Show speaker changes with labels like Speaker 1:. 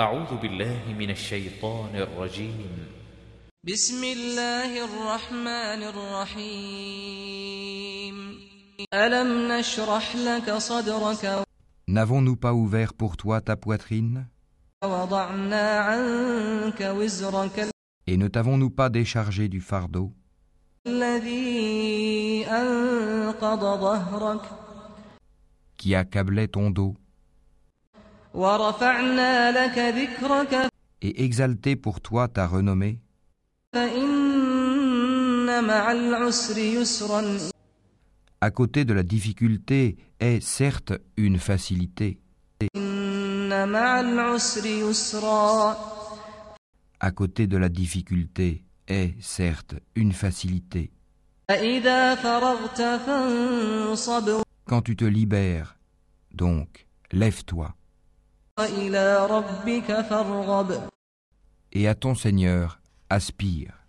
Speaker 1: أعوذ بالله من الشيطان الرجيم
Speaker 2: بسم الله الرحمن الرحيم ألم نشرح لك صدرك
Speaker 3: N'avons-nous pas ouvert pour toi ta poitrine
Speaker 2: ووضعنا عنك وزرك
Speaker 3: Et ne t'avons-nous pas déchargé du fardeau
Speaker 2: الذي أنقض ظهرك
Speaker 3: qui accablait ton dos
Speaker 2: ورفعنا لك ذكرك
Speaker 3: et exalté pour toi ta renommée
Speaker 2: فإن مع العسر يسرا
Speaker 3: À côté de la difficulté est certes une facilité.
Speaker 2: إن مع العسر يسرا
Speaker 3: À côté de la difficulté est certes une facilité.
Speaker 2: فإذا فرغت فانصب
Speaker 3: Quand tu te libères, donc, lève-toi
Speaker 2: وإلى ربك فارغب
Speaker 3: et à ton Seigneur aspire.